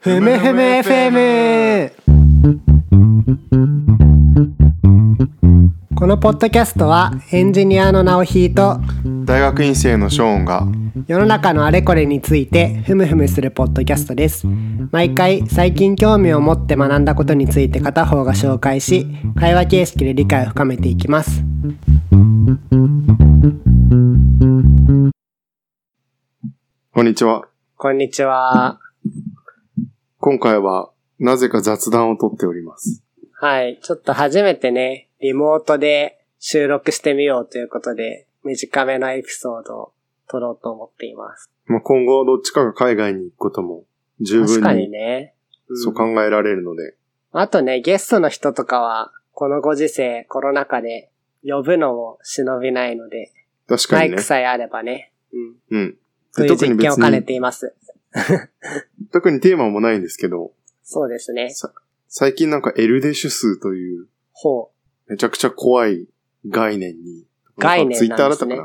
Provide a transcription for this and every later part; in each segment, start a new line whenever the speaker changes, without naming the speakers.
ふめふめ FM このポッドキャストはエンジニアの直ひと
大学院生のショーンが
世の中のあれこれについてふむふむするポッドキャストです毎回最近興味を持って学んだことについて片方が紹介し会話形式で理解を深めていきます
こんにちは
こんにちは
今回はなぜか雑談をとっております
はいちょっと初めてねリモートで収録してみようということで短めのエピソードを撮ろうと思っています
まあ今後どっちかが海外に行くことも十
確
分
かに
に
ね
そう考えられるので、
あとね、ゲストの人とかは、このご時世、コロナ禍で、呼ぶのも忍びないので、
確
マ
かに
イ
ね
クさえあればね、うん、
うん
という
特に
実
別
験を兼ね
に
ています。
特にテーマもないんですけど
そうですね。
さ最近なんかエルデシュ数という
ほ
めちゃくちゃ怖い概念に
概念なんですね
ツイッターだったかな、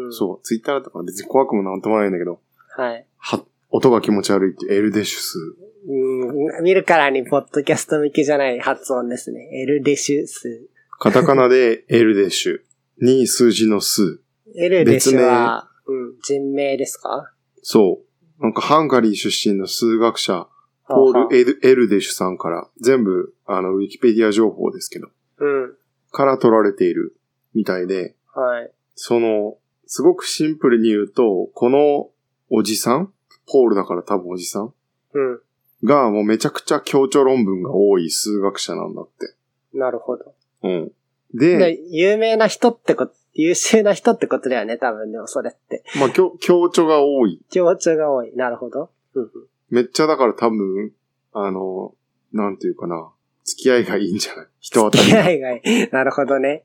う。うん、
そうツイッターだったから別に怖くもなんともないんだけど
はい。
は音が気持ち悪いっていうエルデシュ数
うん、見るからに、ポッドキャスト向きじゃない発音ですね。エルデシュス。
カタカナでエルデシュに数字の数
エルデシュは、うん、人名ですか
そう。なんかハンガリー出身の数学者、ポール・エルエルデシュさんから、全部、あの、ウィキペディア情報ですけど、
うん。
から取られているみたいで、
はい。
その、すごくシンプルに言うと、このおじさん、ポールだから多分おじさん
うん。
が、もうめちゃくちゃ強調論文が多い数学者なんだって。
なるほど。
うん。で、
で有名な人ってこと、優秀な人ってことだよね、多分でもそれって。
まあ、強強調が多い。
情緒が多い。なるほど。うんうん
めっちゃだから多分、あの、なんていうかな、付き合いがいいんじゃない人当 たり
気
が。
合いがいい。なるほどね。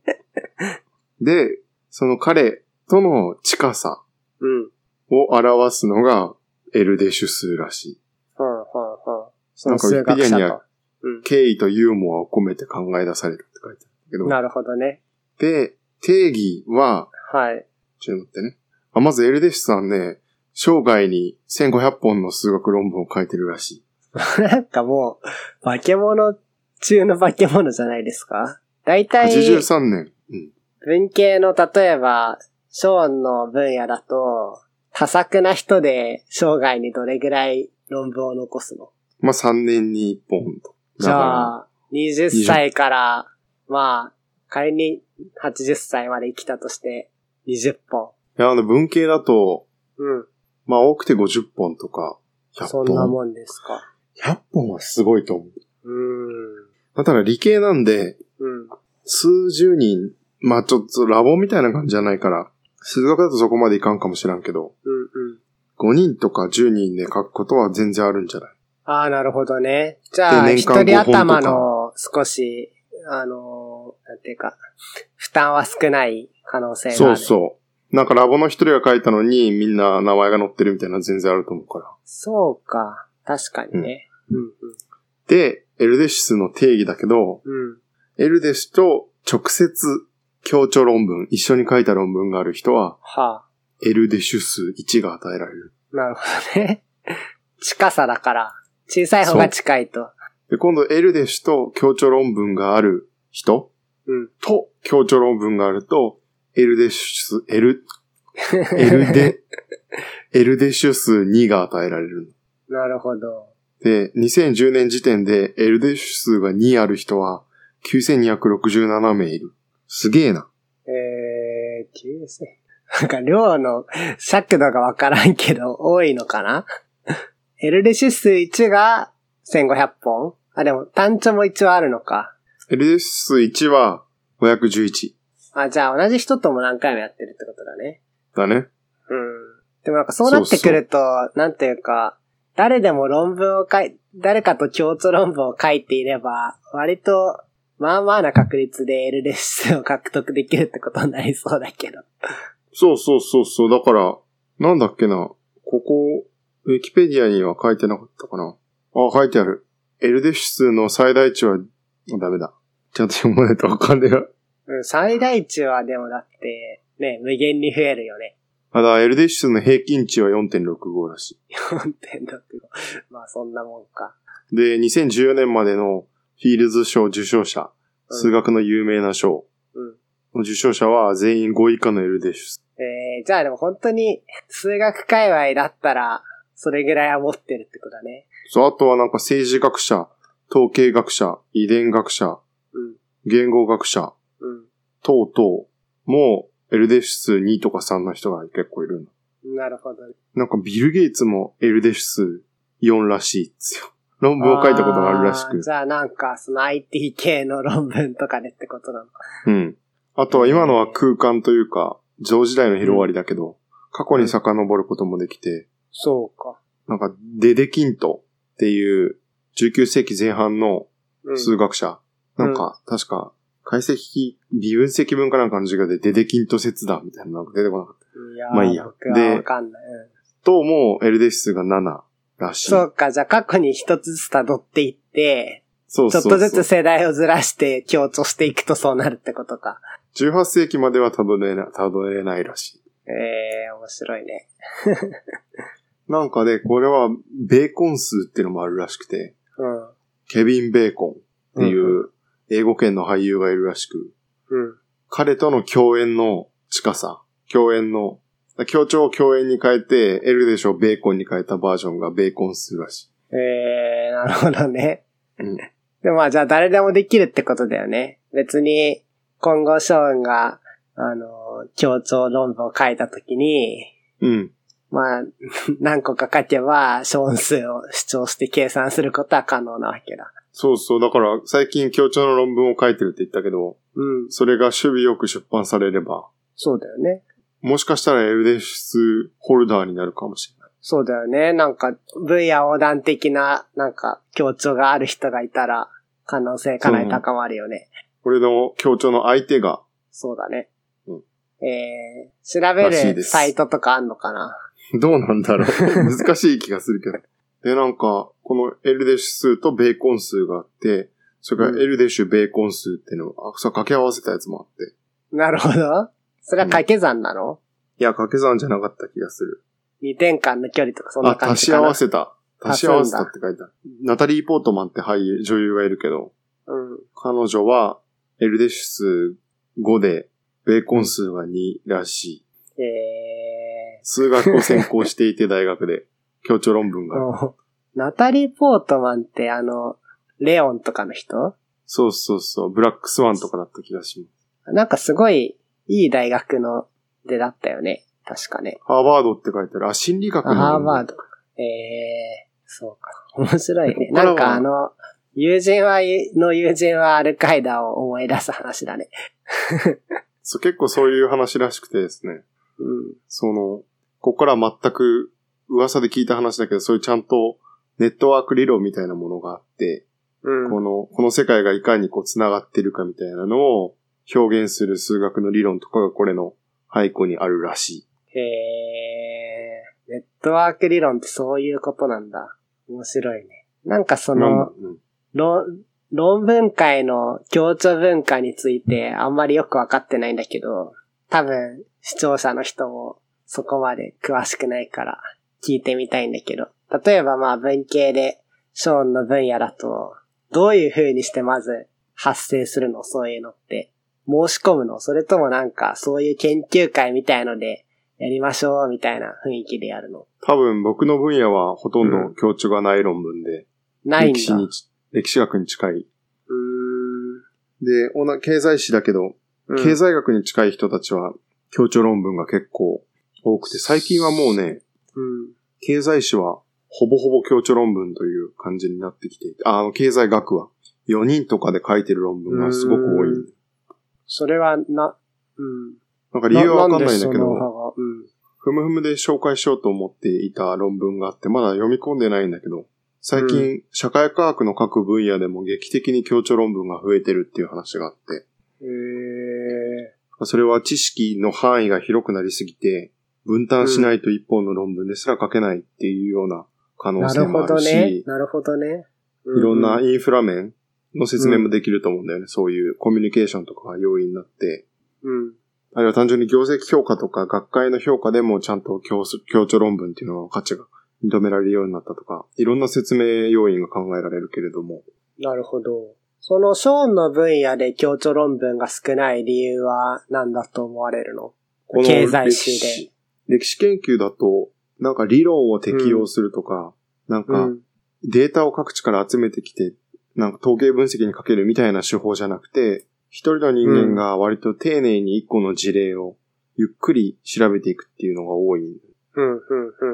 で、その彼との近さ
うん。
を表すのがエルデシュ数らしい。
ほうほうほう。そ
な
の
んか
数学
ウィキ
者
ペディアに
と
は。敬意とユーモアを込めて考え出されるって書いてあるんだ
なるほどね。
けど。で、定義は、
はい。
ちょっと待ってね。あまずエルデシュさんね、生涯に1500本の数学論文を書いてるらしい。
なんかもう、化け物中の化け物じゃないですか大体、
83年。うん。
文系の例えば、ショーンの分野だと、多作な人で生涯にどれぐらい論文を残すの
まあ、3年に1本と。
じ
ら、
ゃあ、20歳から、まあ、仮に80歳まで生きたとして、20本。
いや、あの、文系だと、
うん。
まあ、多くて50本とか、100
そ
本。
んなもんですか。
100本はすごいと思う。
うーん。
まあ、ただ理系なんで、
うん。
数十人、まあちょっとラボみたいな感じじゃないから、数学だとそこまでいかんかもしらんけど、
うんうん。
5人とか10人で書くことは全然あるんじゃない
ああ、なるほどね。じゃあ、
で年
一
間
人
5本とか
頭の少し、あのー、なんていうか、負担は少ない可能性がある。
そう
う。
そう。なんかラボの一人が書いたのにみんな名前が載ってるみたいなの全然あると思うから。
そうか。確かにね。うん
で、エルデシスの定義だけど、
うん。うん。
エルデシと直接協調論文、一緒に書いた論文がある人は、
はあ。
エルデシュ数1が与えられる。
なるほどね。近さだから、小さい方が近いと。
で、今度エルデシュと協調論文がある人
うん。
と強調論文があると、エルデシュス、エル、エルデ、エルデシュ数2が与えられる。
なるほど。
で、2010年時点でエルデシュ数が2ある人は9267名いる。すげえな。
えー、9歳。なんか量の尺度がわからんけど、多いのかなエルデシス1が1500本あ、でも単調も一応あるのか。
エルデシュ数1は511
あ、じゃあ同じ人とも何回もやってるってことだね。
だね。
うん。でもなんかそうなってくると、なんていうか、誰でも論文を書い、誰かと共通論文を書いていれば、割と、まあまあな確率でエルデシスを獲得できるってことになりそうだけど。
そうそうそうそう。だから、なんだっけな。ここ、ウィキペディアには書いてなかったかな。あ、書いてある。エルデシュ数の最大値は、あダメだ。ちゃんと読まないとわかんねえな。
うん、最大値はでもだって、ね、無限に増えるよね。
あ、だからエルディッシュの平均値は4.65らし
4.65。まあそんなもんか。
い。で、2014年までのフィールズ賞受賞者、
うん
数学の有名な賞
うん
の受賞者は全員5以下のエルディッシ
えー、じゃあでも本当に数学界隈だったら、それぐらいは持ってるってことだね。
ュ。そう、あとはなんか政治学者、統計学者、遺伝学者、
うん。
言語学者、
う
等々もエルディッシュ2とか3の人が結構いるの。
ん。なるほどね。
なんかビル・ゲイツもエルデシス4らしいっすよ。 論文を書いたことがあるらし
ー
く。
じゃあなんか、その IT 系の論文とかでってことなのか。
うん。あとは今のは空間というか、上時代の広がりだけど、過去に遡ることもできて、
そうか。
なんかデデキントっていう19世紀前半の
うん。
数学者。
うん
なんか、確か、解析、微分積分かなんかの授業でデデキント切断みたいなのなんか出てこなかった。
いやー
まあいいや
僕は
で
わかんない。うん
どうもエルデシスが7らしい。
そうか、じゃあ過去に一つずつ辿っていって、
そう
ち
そ
ょっ
うそう
とずつ世代をずらして強調していくとそうなるってことか。
18世紀まではたどれな、たどれないらしい。
えー、面白いね。
なんかね、これは、ベーコン数っていうのもあるらしくて、
うん。う
ケビン・ベーコンってい
ん。
う英語圏の俳優がいるらしく、
うん。
彼との共演の近さ、共演の、協調を共演に変えて、エルデショをベーコンに変えたバージョンがベーコン数らし
えー、なるほどね。
うん
でもまあじゃあ誰でもできるってことだよね。別に、今後ショーンが、あの、協調論文を書いたときに、
い。うん。
まあ、 何個か書けば、ショーン数を主張して計算することは可能なわけだ。
そうそう。だから、最近協調の論文を書いてるって言ったけど、
うん。
それが守備よく出版されれば、
そうだよね。
もしかしたらエルデシスホルダーになるかもしれない。
そうだよね。なんか、分野横断的な、なんか、協調がある人がいたら、可能性かなり高まるよね。
これの協調の相手が、
そうだね。
うん
えー、調べ
らしいで
る
す
サイトとかあんのかな
どうなんだ ろう難しい気がするけど。で、なんか、このエルデシュ数とベーコン数があって、それからエルデシュベーコン数っていうのを、あ、そう掛け合わせたやつもあって。
なるほど。それは掛け算なの、
いや、掛け算じゃなかった気がする。
二 ?2 点間の距離とかそんな
あ、
感
足
じ
し
か
合
な。
わせた。足し合わせたって書いてある。ナタリー・ポートマンって俳優、女優がいるけど、
うん。
彼女はエルデシュ数5で、ベーコン数は2らしい。
え
数学を専攻していて大学で、協調論文
ー、
がある。
もうナタリー・ポートマンってあの、レオンとかの人
そうそうそう、ブラックスワンとかだった気がします。
なんかすごい、いい大学の出だったよね。確かね。
ハーバードって書いてある。あ、心理学の。
あハーバード。えー、そうか。面白いね。
ここから
な
は
んかあの、友人は、の友人はアルカイダを思い出す話だね。
そう、結構そういう話らしくてですね。
うん。
その、ここからは全く噂で聞いた話だけど、そういうちゃんとネットワーク理論みたいなものがあって、
うん。
この、この世界がいかにこう繋がってるかみたいなのを表現する数学の理論とかがこれの背後にあるらしい。
へー、ネットワーク理論ってそういうことなんだ。面白いね。なんかそ
なんだ
の、
うん。
論、論文会の協調文化についてあんまりよくわかってないんだけど、多分視聴者の人もそこまで詳しくないから聞いてみたいんだけど、例えばまあ文系でショーンの分野だと、どういう風にしてまず発生するのそういうのって。申し込むのそれともなんかそういう研究会みたいのでやりましょうみたいな雰囲気でやるの
多分僕の分野はほとんど強調がない論文で、
ないん
歴
だ。
史
う
に、歴史学に近い。
ーん
で、おな経済史だけど、
うん。
経済学に近い人たちは、協調論文が結構多くて、最近はもうね、
うん。
経済史はほぼほぼ協調論文という感じになってきていて、ああの、経済学は4人とかで書いてる論文がすごく多い。
うーんそれはな、うん。
なんか理由はわかんないんだ
で
け
その
ど、
派がうん。
ふむふむで紹介しようと思っていた論文があって、まだ読み込んでないんだけど、最近、
う
社会科学の各分野でも劇的に協調論文が増えてるっていう話があって、
ええ
それは知識の範囲が広くなりすぎて、分担しないと一本の論文ですら書けないっていうような可能
な
性
る
も
ほ
あ
ど
るし、
ね。なるほどね。い
いろんなインフラ面の説明もできると思うんだよね。そういうコミュニケーションとかが要因になって、
うん。
あるいは単純に業績評価とか学会の評価でもちゃんと強す強調論文っていうのの価値が認められるようになったとか、いろんな説明要因が考えられるけれども、
なるほど。そのショーンの分野で強調論文が少ない理由は何だと思われるの
この
経済
歴
史で
史歴史研究だと、なんか理論を適用するとか、なんか
うん。
データを各地から集めてきて、なんか統計分析にかけるみたいな手法じゃなくて、一人の人間が割と丁寧に一個の事例をゆっくり調べていくっていうのが多い。
うん、うん、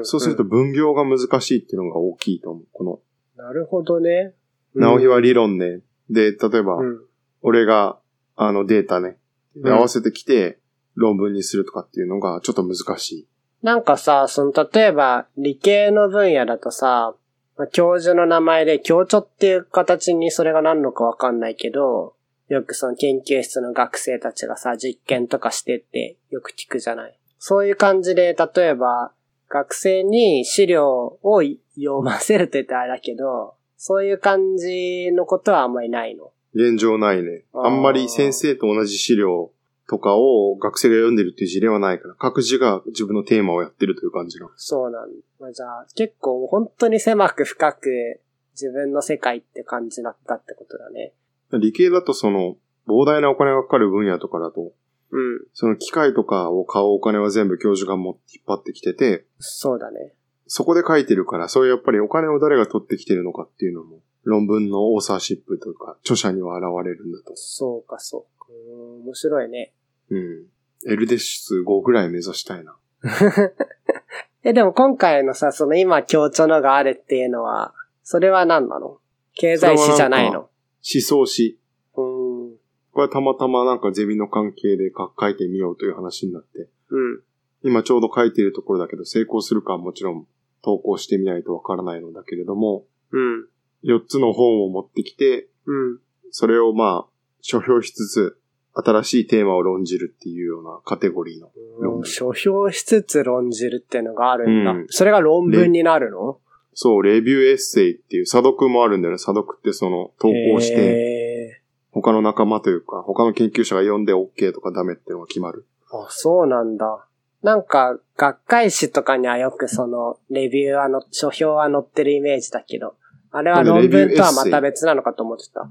うん。
そうすると
ん。
分業が難しいっていうのが大きいと思う。この、
なるほどね。
直ひは理論ね。で、例えば、
うん。
俺が、あのデータね、
うん
合わせてきて論文にするとかっていうのがちょっと難しい。
なんかさ、その、例えば、理系の分野だとさ、まあ教授の名前で教著っていう形にそれが何のかわかんないけど、よくその研究室の学生たちがさ、実験とかしてってよく聞くじゃない。そういう感じで、例えば、学生に資料を読ませると言ったらあれだけど、そういう感じのことはあんまりないの。
現状ないね。
あー
あんまり先生と同じ資料とかを学生が読んでるっていう事例はないから、各自が自分のテーマをやってるという感じの。
そうなんまあ、じゃあ、結構本当に狭く深く自分の世界って感じだったってことだね。
理系だとその、膨大なお金がかかる分野とかだと、
うん。
その機械とかを買うお金は全部教授がも引っ張ってきてて、
そうだね。
そこで書いてるから、そういうやっぱりお金を誰が取ってきてるのかっていうのも、論文のオーサーシップというか、著者には現れるんだと。
そうか、そうか。うーん面白いね。
うん。エルデシス5ぐらい目指したいな。
え、でも今回のさ、その今強調のがあるっていうのは、それは何なの経済史じゃないの。
思想史。
うーん。
これはたまたまなんかゼミの関係でか書いてみようという話になって、
うん。
今ちょうど書いてるところだけど、成功するかはもちろん投稿してみないとわからないのだけれども、
うん。
4つの本を持ってきて、
うん。
それをまあ、書評しつつ、新しいテーマを論じるっていうようなカテゴリーの。論文
書評しつつ論じるっていうのがあるんだ。
うん
それが論文になるの
そう、レビューエッセイっていう、査読もあるんだよね。査読ってその、投稿して、
て。
他の仲間というか、他の研究者が読んで OK とかダメっていうのが決まる。
あ、そうなんだ。なんか、学会誌とかにはよくその、レビューはの、書評は載ってるイメージだけど、あれは
なん
論
でレビ
文
ュー
とは
エッ
ま
セイ
た別なのかと思ってた。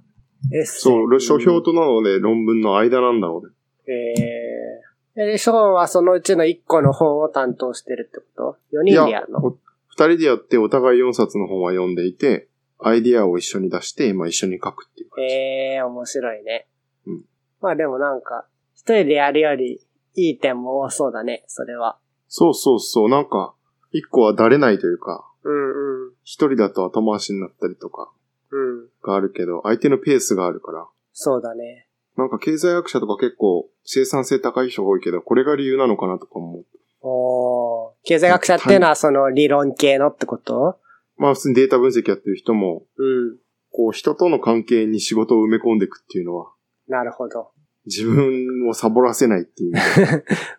え、
そう、書評となので論文の間なんだろうね。
えー、で、ショーンはそのうちの1個の本を担当してるってこと ?4 人でやるの
お二人でやってお互い4冊の本は読んでいて、アイディアを一緒に出して、まあ一緒に書くっていう感じ。
えー、面白いね。
うん
まあでもなんか、一人でやるよりいい点も多そうだね、それは。
そうそうそう、なんか、一個はだれないというか、
うんうん。
一人だと後回しになったりとか
うん。
があるけど、相手のペースがあるから、
そうだね。
なんか経済学者とか結構生産性高い人が多いけど、これが理由なのかなとかも。
おー。経済学者っていうのはその理論系のってこと
まあ普通にデータ分析やってる人も、
うん。
こう人との関係に仕事を埋め込んでいくっていうのは、
なるほど。
自分をサボらせないっていう。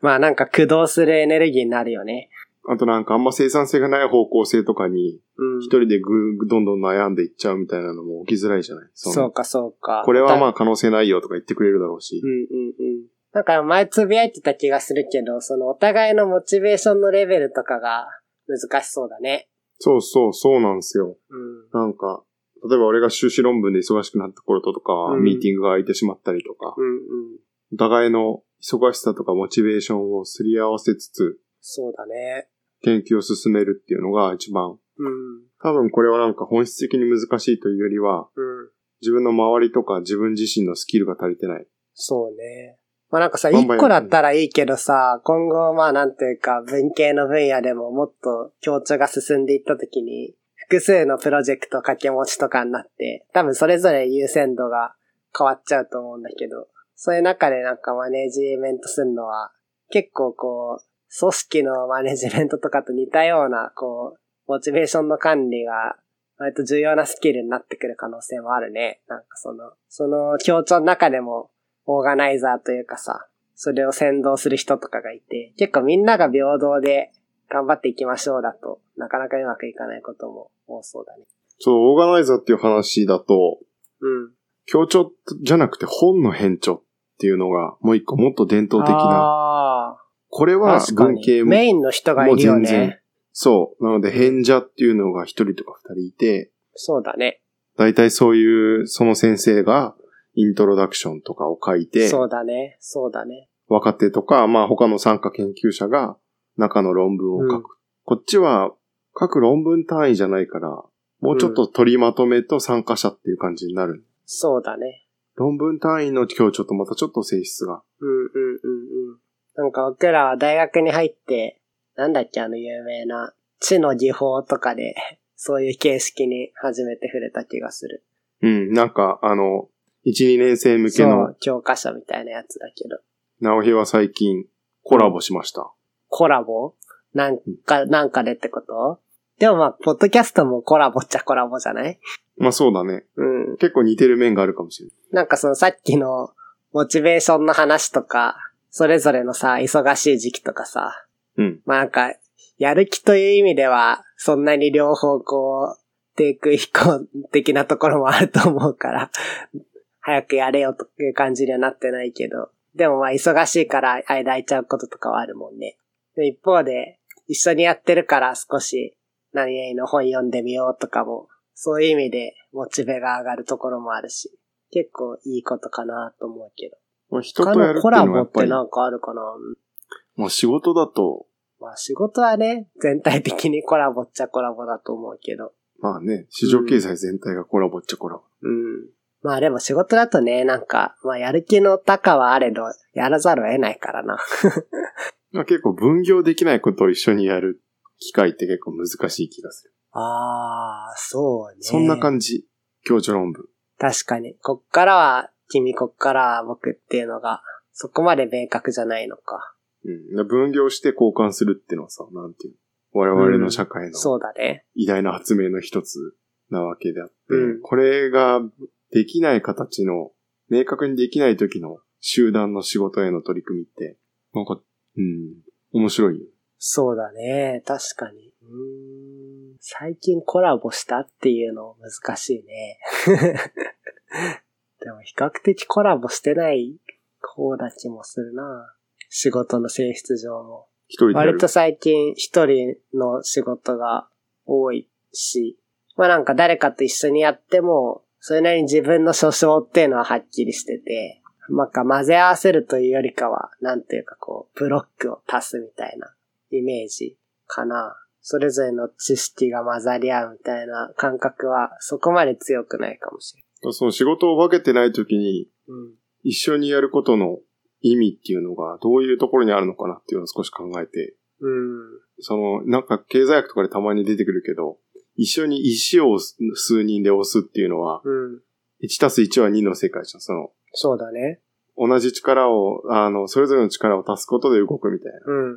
まあなんか駆動するエネルギーになるよね。
あとなんかあんま生産性がない方向性とかに
うん
一。人でぐーどんどん悩んでいっちゃうみたいなのも起きづらいじゃないそ
そ
の
うかそうか。
これはまあ可能性ないよとか言ってくれるだろうし
う。んうんうん。なんか前つぶやいてた気がするけど、そのお互いのモチベーションのレベルとかが難しそうだね。
そうそう、そうなんですよ。
うん。
なんか、例えば俺が修士論文で忙しくなった頃とかは、
うん
ミーティングが空いてしまったりとか、
うんうん。
お互いの忙しさとかモチベーションをすり合わせつつ、
そうだね。
研究を進めるっていうのが一番、
うん。
多分これはなんか本質的に難しいというよりは、
うん。
自分の周りとか自分自身のスキルが足りてない。
そうね。まあなんかさ、
バン
一
バン
個だったらいいけどさ、今後まあなんていうか文系の分野でももっと強調が進んでいった時に、複数のプロジェクト掛け持ちとかになって、多分それぞれ優先度が変わっちゃうと思うんだけど、そういう中でなんかマネジメントするのは、結構こう、組織のマネジメントとかと似たような、こう、モチベーションの管理が割と重要なスキルになってくる可能性もあるね。なんかその、その協調の中でも、オーガナイザーというかさ、それを先導する人とかがいて、結構みんなが平等で頑張っていきましょうだと、なかなかうまくいかないことも多そうだね。
そう、オーガナイザーっていう話だと、
うん。
協調じゃなくて本の編著っっていうのが、もう一個もっと伝統的な、
あ
これ
あ
は
確か
文系
に。
も
メインの人がいるよ
もう全然
ね。
そう。なので、変者っていうのが一人とか二人いて、
そうだね。
大体そういう、その先生が、イントロダクションとかを書いて、
そうだね。そうだね。
若手とか、まあ他の参加研究者が中の論文を書く。こっちは、書く論文単位じゃないから、もうちょっと取りまとめと参加者っていう感じになる。
そうだね。
論文単位の今日ちょっとまたちょっと性質が。
うんうんうんうん。なんか僕らは大学に入って、なんだっけあの有名な、地の技法とかで、そういう形式に初めて触れた気がする。
うん、なんかあの、1、2年生向け
そ
の
う、教科書みたいなやつだけど。
直平は最近コラボしました。
コラボなんか、なんかでってことでもまあ、ポッドキャストもコラボっちゃコラボじゃない
まあそうだね。
うん。
結構似てる面があるかもしれない。
なんかそのさっきのモチベーションの話とか、それぞれのさ、忙しい時期とかさ、
うん。
まあなんか、やる気という意味では、そんなに両方こう、低空飛行的なところもあると思うから、 早くやれよという感じにはなってないけど、でもまあ忙しいから間空いちゃうこととかはあるもんね。で一方で、一緒にやってるから少し何々の本読んでみようとかも、そういう意味でモチベが上がるところもあるし、結構いいことかなと思うけど。
まあ、人
他
とや
の
るって
コ
いうの
ラ
は
ボ
やっ
っ
ぱ
て
り、
なんかあるかな
まあ仕事だと、
まあ仕事はね、全体的にコラボっちゃコラボだと思うけど。
まあね、市場経済全体がコラボっちゃコラボ。
うん。まあでも仕事だとね、なんか、まあやる気の高はあれど、やらざるを得ないからな。
まあ、結構分業できないことを一緒にやる機会って結構難しい気がする。
ああ、そうね。
そんな感じ。教授論文。
確かに。こっからは、君、こっからは僕っていうのが、そこまで明確じゃないのか。
うん。で分業して交換するっていうのはさ、なんていうの我々の社会の
そうだね。
偉大な発明の一つなわけであって、
うん
これができない形の、明確にできない時の集団の仕事への取り組みって、なんか、うん、面白いよ。
そうだね。確かに。うーん。最近コラボしたっていうの難しいね。 でも比較的コラボしてない方だ気もするな。仕事の性質上も。
一人でやる
割と最近一人の仕事が多いし、まあなんか誰かと一緒にやっても、それなりに自分の所掌っていうのははっきりしてて、なんか混ぜ合わせるというよりかは、なんていうかこう、ブロックを足すみたいなイメージかな。それぞれの知識が混ざり合うみたいな感覚はそこまで強くないかもしれ
その仕事を分けてない時に、
ない。うん。
一緒にやることの意味っていうのがどういうところにあるのかなっていうのを少し考えて、
うん。
その、なんか経済学とかでたまに出てくるけど、一緒に石を数人で押すっていうのは、
うん。
1たす1は2の世界じゃん。その、
そうだね。
同じ力を、あの、それぞれの力を足すことで動くみたいな。
うん、うん、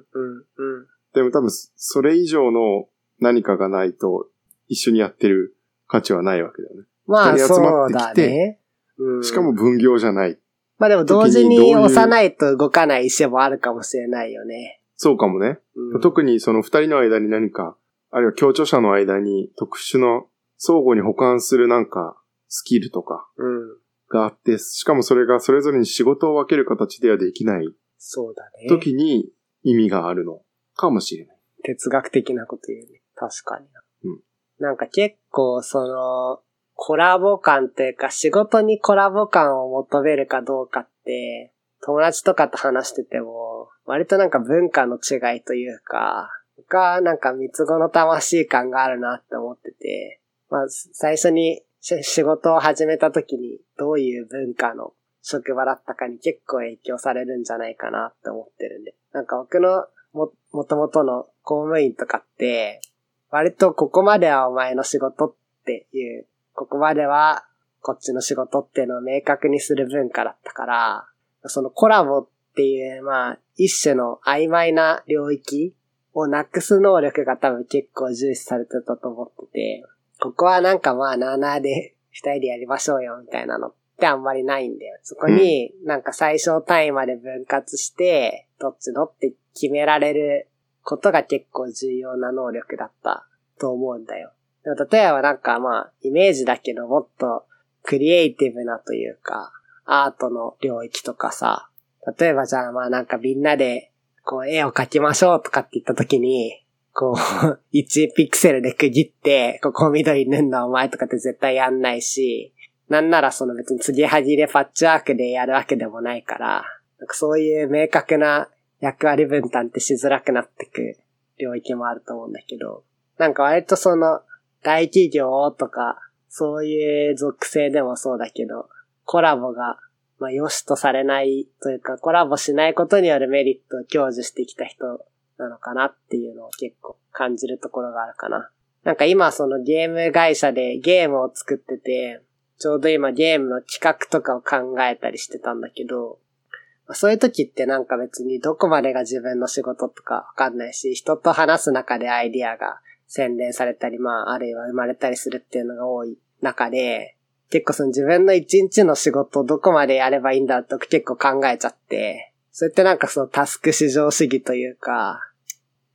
うん。
でも多分、それ以上の何かがないと、一緒にやってる価値はないわけだよね。
まあ、
二人集
そ
まっ
う
てきて
だね。うん
しかも分業じゃない。
まあでも同
時
時
にどうい
に
う
押さないと動かない石もあるかもしれないよね。
そうかもね。
うん
特にその二人の間に何か、あるいは協調者の間に特殊の相互に補完するなんかスキルとか
うん。
があって、しかもそれがそれぞれに仕事を分ける形ではできない
そうだね。
時に意味があるのかもしれない。
哲学的なこと言うね。確かに。
うん
なんか結構、その、コラボ感というか、仕事にコラボ感を求めるかどうかって、友達とかと話してても、割となんか文化の違いというか、がなんか三つ子の魂感があるなって思ってて、まあ、最初にし仕事を始めた時に、どういう文化の職場だったかに結構影響されるんじゃないかなって思ってるんで。なんか僕のも、もともとの公務員とかって、割とここまではお前の仕事っていう、ここまではこっちの仕事っていうのを明確にする文化だったから、そのコラボっていう、まあ、一種の曖昧な領域をなくす能力が多分結構重視されてたと思ってて、ここはなんかまあ、なあなあで二人でやりましょうよみたいなのってあんまりないんだよ。そこになんか最小単位まで分割して、どっちのって決められることが結構重要な能力だったと思うんだよ。でも例えばなんかまあ、イメージだけどもっとクリエイティブなというか、アートの領域とかさ、例えばじゃあまあなんかみんなで、こう絵を描きましょうとかって言った時に、こう、1ピ クセルで区切って、ここ緑塗んのはお前とかって絶対やんないし、なんならその別に継ぎはぎでパッチワークでやるわけでもないから、なんかそういう明確な役割分担ってしづらくなってく領域もあると思うんだけど、なんか割とその大企業とか、そういう属性でもそうだけど、コラボが、まあ、良しとされないというか、コラボしないことによるメリットを享受してきた人なのかなっていうのを結構感じるところがあるかな。なんか今そのゲーム会社でゲームを作ってて、ちょうど今ゲームの企画とかを考えたりしてたんだけど、まあそういう時ってなんか別にどこまでが自分の仕事とかわかんないし、人と話す中でアイディアが洗練されたり、まああるいは生まれたりするっていうのが多い中で、結構その自分の一日の仕事をどこまでやればいいんだと結構考えちゃって、それってなんかそのタスク至上主義というか、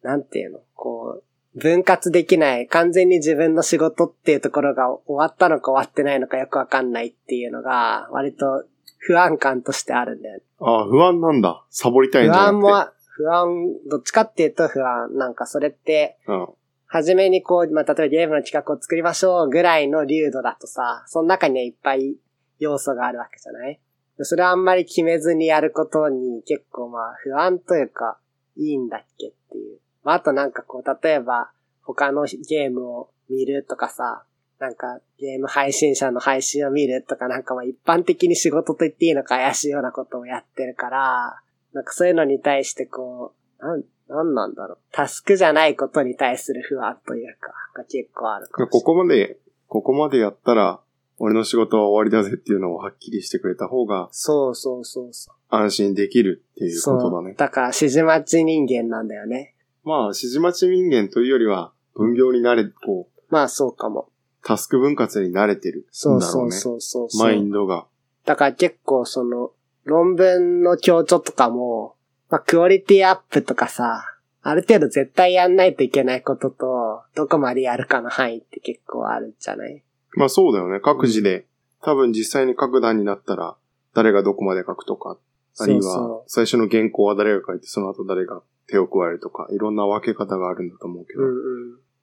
なんていうのこう、分割できない、完全に自分の仕事っていうところが終わったのか終わってないのかよくわかんないっていうのが、割と不安感としてあるんだよね。
ああ、不安なんだ。サボりたいん
不
じゃなくて。
安も、不安、どっちかっていうと不安。なんかそれって、
うん。
初めにこう、まあ、例えばゲームの企画を作りましょうぐらいの流度だとさ、その中にはいっぱい要素があるわけじゃないでそれはあんまり決めずにやることに結構まあ不安というか、いいんだっけっていう。まあ、あとなんかこう、例えば他のゲームを見るとかさ、なんかゲーム配信者の配信を見るとかなんかまあ一般的に仕事と言っていいのか怪しいようなことをやってるから、なんかそういうのに対してこう、なん、なんなんだろう。タスクじゃないことに対する不安というか、が結構あるかもしれない。
ここまで、ここまでやったら、俺の仕事は終わりだぜっていうのをはっきりしてくれた方が
そうそうそうそう。
安心できるっていうことだ
そう
ね。
だから、指示待ち人間なんだよね。
まあ、指示待ち人間というよりは、分業に慣れ、こう、
まあそうかも。
タスク分割に慣れてるんだろう
そう
ね。
そうそうそうそう。
マインドが。
だから結構その、論文の強調とかも、まあ、クオリティアップとかさ、ある程度絶対やんないといけないことと、どこまでやるかの範囲って結構あるんじゃない
まあそうだよね。各自で、多分実際に各段になったら、誰がどこまで書くとか、あるいは
そ、
最初の原稿は誰が書いて、その後誰が手を加えるとか、いろんな分け方があるんだと思うけ
う
ど。
んうん。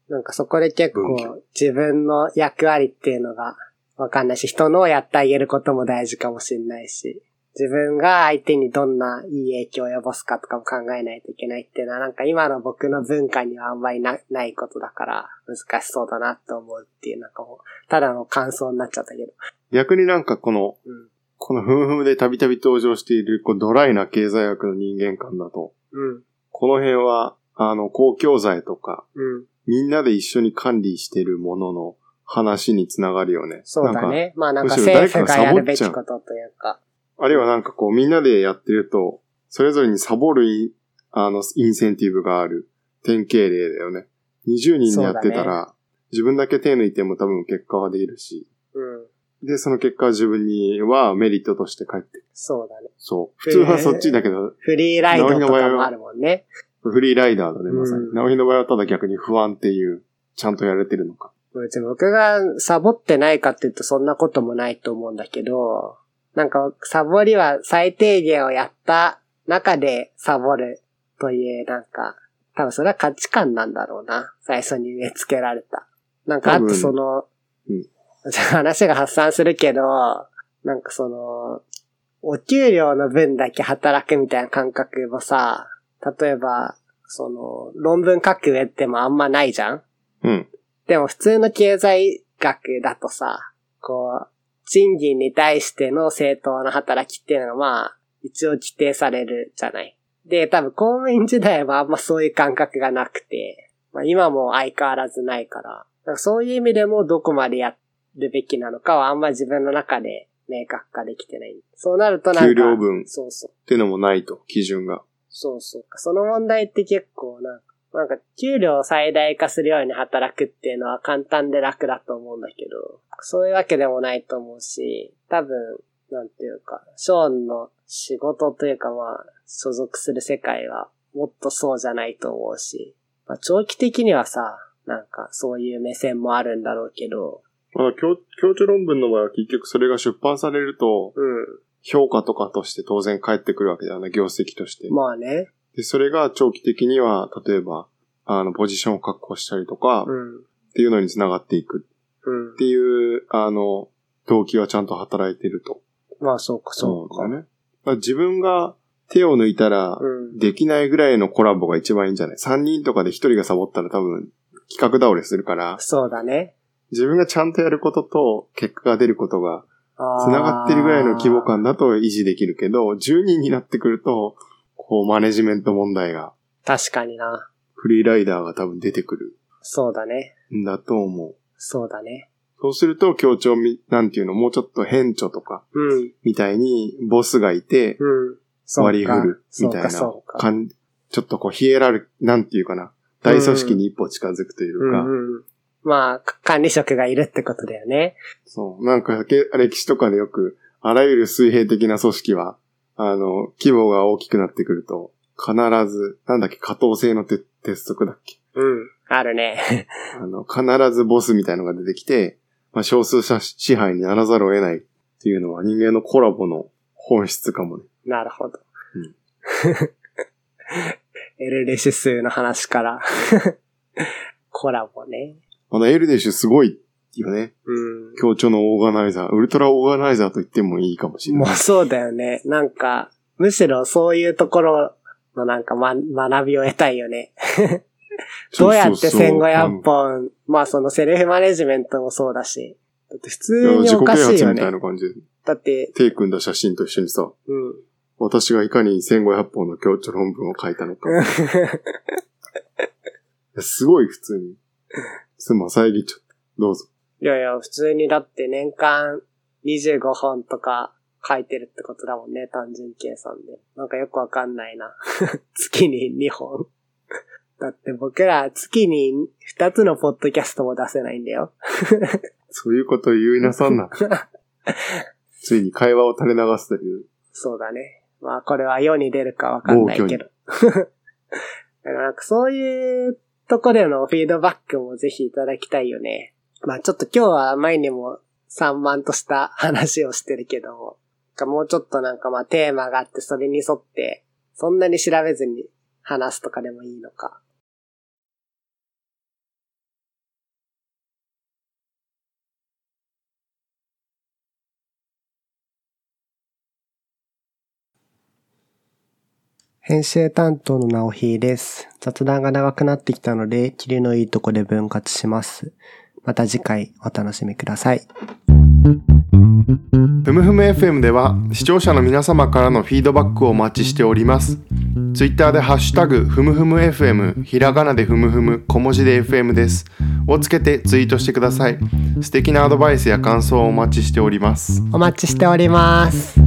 なんかそこで結
分岐
構自分の役割っていうのがわかんないし、人のをやってあげることも大事かもしれないし、自分が相手にどんないい影響を及ぼすかとかも考えないといけないっていうのは、なんか今の僕の文化にはあんまりなないことだから、難しそうだなと思うっていう、なんかもう、ただの感想になっちゃったけど。
逆になんかこの、
うん
このふむふむでたびたび登場している、こう、ドライな経済学の人間観だと、
うん、
この辺は、あの、公共財とか、
うん。
みんなで一緒に管理してるものの話につながるよね。
そうだ
なんか。
ね。まあなんか
むしろ誰
政
か
府
が
が
サボっちゃ
や
う
るべきことというか。
あるいはなんかこう、みんなでやってると、それぞれにサボるイン、あの、インセンティブがある典型例だよね。20人でやってた
そう
ら、自分だけ手抜いても多分結果は出るし、
うん。
で、その結果は自分にはメリットとして返ってくる。
そうだね。
そう。普通はそっちだけど、
フリーライドとかもあるもんね。
フリーライダーだね、まさ
う
に。
ん
直日の場合はただ逆に不安っていう、ちゃんとやれてるのか。
別に僕がサボってないかって言うとそんなこともないと思うんだけど、なんかサボりは最低限をやった中でサボるというなんか、多分それは価値観なんだろうな。最初に植え付けられた。なんかあ
多
と
分
その、
うん
話が発散するけど、なんかその、お給料の分だけ働くみたいな感覚もさ、例えば、その、論文書く上ってもあんまないじゃん
うん。
でも普通の経済学だとさ、こう、賃金に対しての正当な働きっていうのがまあ、一応規定されるじゃない。で、多分公務員時代はあんまそういう感覚がなくて、まあ今も相変わらずないから、なんかそういう意味でもどこまでやるべきなのかはあんま自分の中で明確化できてない。そうなるとなんか、
給料分っ
そうそう。
ていうのもないと、基準が。
そうそう。その問題って結構なんか、なんか給料を最大化するように働くっていうのは簡単で楽だと思うんだけど、そういうわけでもないと思うし、多分、なんていうか、ショーンの仕事というかまあ、所属する世界はもっとそうじゃないと思うし、まあ長期的にはさ、なんかそういう目線もあるんだろうけど、
まあ、教教授論文の場合は結局それが出版されると、
うん。
評価とかとして当然返ってくるわけだよね、業績として。
まあね。
で、それが長期的には、例えば、あの、ポジションを確保したりとか、
う
っ
ん。
ていうのにつながっていく
うん
っ。ていう、あの、動機はちゃんと働いてると。
まあそうか、そう
思
か。
うんだよね。だから自分が手を抜いたら
う、ん。
できないぐらいのコラボが一番いいんじゃない ?3 人とかで1人がサボったら多分企画倒れするから、
そうだね。
自分がちゃんとやることと結果が出ることが
あー
繋がってるぐらいの規模。感だと維持できるけど、10人になってくると、こうマネジメント問題が、
確かにな。
フリーライダーが多分出てくる
そうだね。
んだと思う。
そうだね。
そうすると協調み、なんていうの、もうちょっと変著とか、
うん。
みたいにボスがいて、
うん。そうか
割り振るみたいな
そうか、そうか。
かんちょっとこう、ヒエラル、なんていうかな、大組織に一歩近づくといううか、
んうん。まあ、か管理職がいるってことだよね。
そう、なんかけ歴史とかでよく、あらゆる水平的な組織は、あの、規模が大きくなってくると、必ず、なんだっけ、可当性の鉄鉄則だっけ。
うん。あるね。
あの、必ずボスみたいのが出てきて、まあ、少数者支配にならざるを得ないっていうのは人間のコラボの本質かもね。
なるほど。
うん
エルレシスの話から。 コラボね。
まだエルデッシュすごいよね。
うん。
協調のオーガナイザー、ウルトラオーガナイザーと言ってもいいかもしれ
もう
ない。
そうだよね。なんか、むしろそういうところのなんか、ま、学びを得たいよね。どうやって
そうそうそう
1500本、まあそのセルフマネジメントもそうだし。だって普通に
自己
おかしい
啓発
よ
みたい
ね。
な感じで、
だって、
手組んだ写真と一緒にさ、
うん。
私がいかに1500本の協調論文を書いた のか。すごい普通に。すまん、遮っちゃった。どうぞ。
いやいや、普通にだって年間25本とか書いてるってことだもんね、単純計算で。なんかよくわかんないな。 月に2本。だって僕ら月に2つのポッドキャストも出せないんだよ。
そういうことを言いなさんな。ついに会話を垂れ流すという。
そうだね。まあこれは世に出るかわかんないけど。 だからなんかそういうとこでのフィードバックもぜひいただきたいよね。まあちょっと今日は前にも散漫とした話をしてるけども、なんかもうちょっとなんかまあテーマがあってそれに沿って、そんなに調べずに話すとかでもいいのか。編集担当の直ひです。雑談が長くなってきたので、切りのいいとこで分割します。また次回お楽しみください。
ふむふむ FM では視聴者の皆様からのフィードバックをお待ちしております。ツイッターでハッシュタグふむふむ FM ひらがなでふむふむ小文字で FM ですをつけてツイートしてください。素敵なアドバイスや感想をお待ちしております。
お待ちしております。